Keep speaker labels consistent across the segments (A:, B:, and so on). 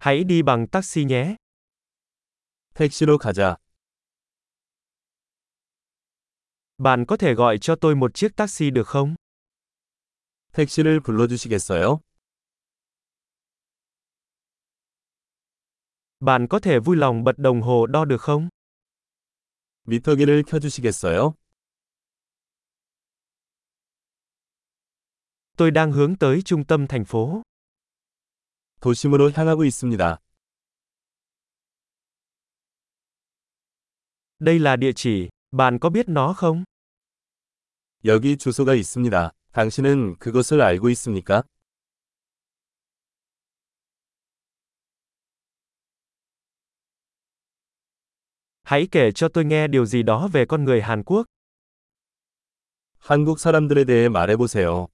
A: Hãy đi bằng taxi nhé.
B: 택시로 가자.
A: Bạn có thể gọi cho tôi một chiếc taxi được không?
B: 택시를 불러주시겠어요?
A: Bạn có thể vui lòng bật đồng hồ đo được không?
B: 미터기를 켜주시겠어요?
A: Tôi đang hướng tới trung tâm thành phố.
B: 도심으로 향하고 있습니다.
A: Đây là địa chỉ, bạn có biết nó không?
B: 여기 주소가 있습니다. 당신은 그것을 알고 있습니까?
A: Hãy kể cho tôi nghe điều gì đó về con người Hàn Quốc.
B: 한국 사람들에 대해 말해보세요.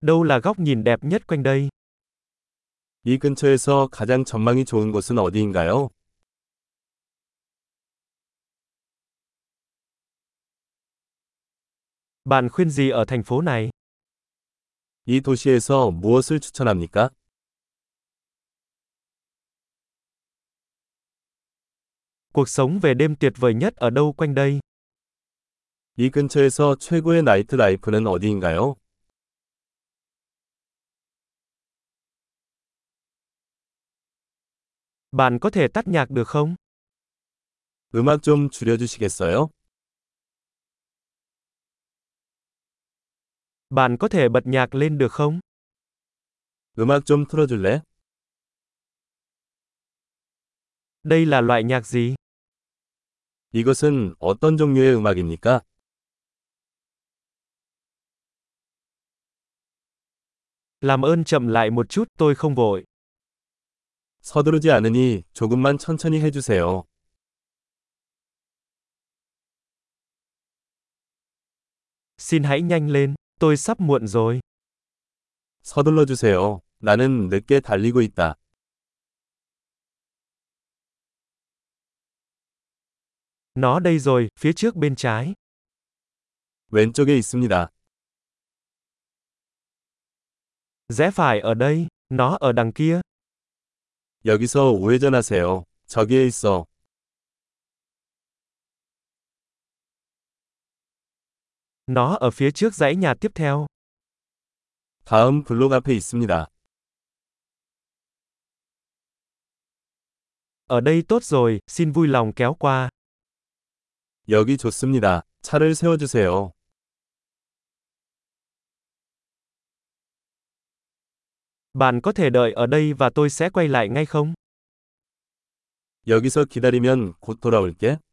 A: Đâu là góc nhìn đẹp nhất quanh đây?
B: 이 근처에서 가장 전망이 좋은 곳은 어디인가요?
A: Bạn khuyên gì ở thành phố này?
B: 이 도시에서 무엇을 추천합니까?
A: Cuộc sống về đêm tuyệt vời nhất ở đâu quanh đây?
B: 이 근처에서 최고의 나이트라이프는 어디인가요?
A: Bạn có thể tắt nhạc được không?
B: 음악 좀 줄여주시겠어요?
A: Bạn có thể bật nhạc lên được không?
B: 음악 좀 틀어줄래?
A: Đây là loại nhạc gì?
B: 이것은 어떤 종류의 음악입니까?
A: Làm ơn chậm lại một chút, tôi không vội.
B: 서두르지 않으니 조금만 천천히 해주세요.
A: Xin hãy nhanh lên, tôi sắp muộn rồi.
B: 서둘러 주세요. 나는 늦게 달리고 있다.
A: Nó đây rồi, phía trước bên trái.
B: 왼쪽에 있습니다.
A: Rẽ phải ở đây, nó ở đằng kia.
B: 여기서 우회전하세요. 저기에 있어.
A: Nó ở phía trước dãy nhà tiếp theo.
B: 다음 블록 앞에 있습니다.
A: Ở đây tốt rồi, xin vui lòng kéo qua.
B: 여기 좋습니다. 차를 세워주세요.
A: Bạn có thể đợi ở đây và tôi sẽ quay lại ngay không?
B: 여기서 기다리면 곧 돌아올게.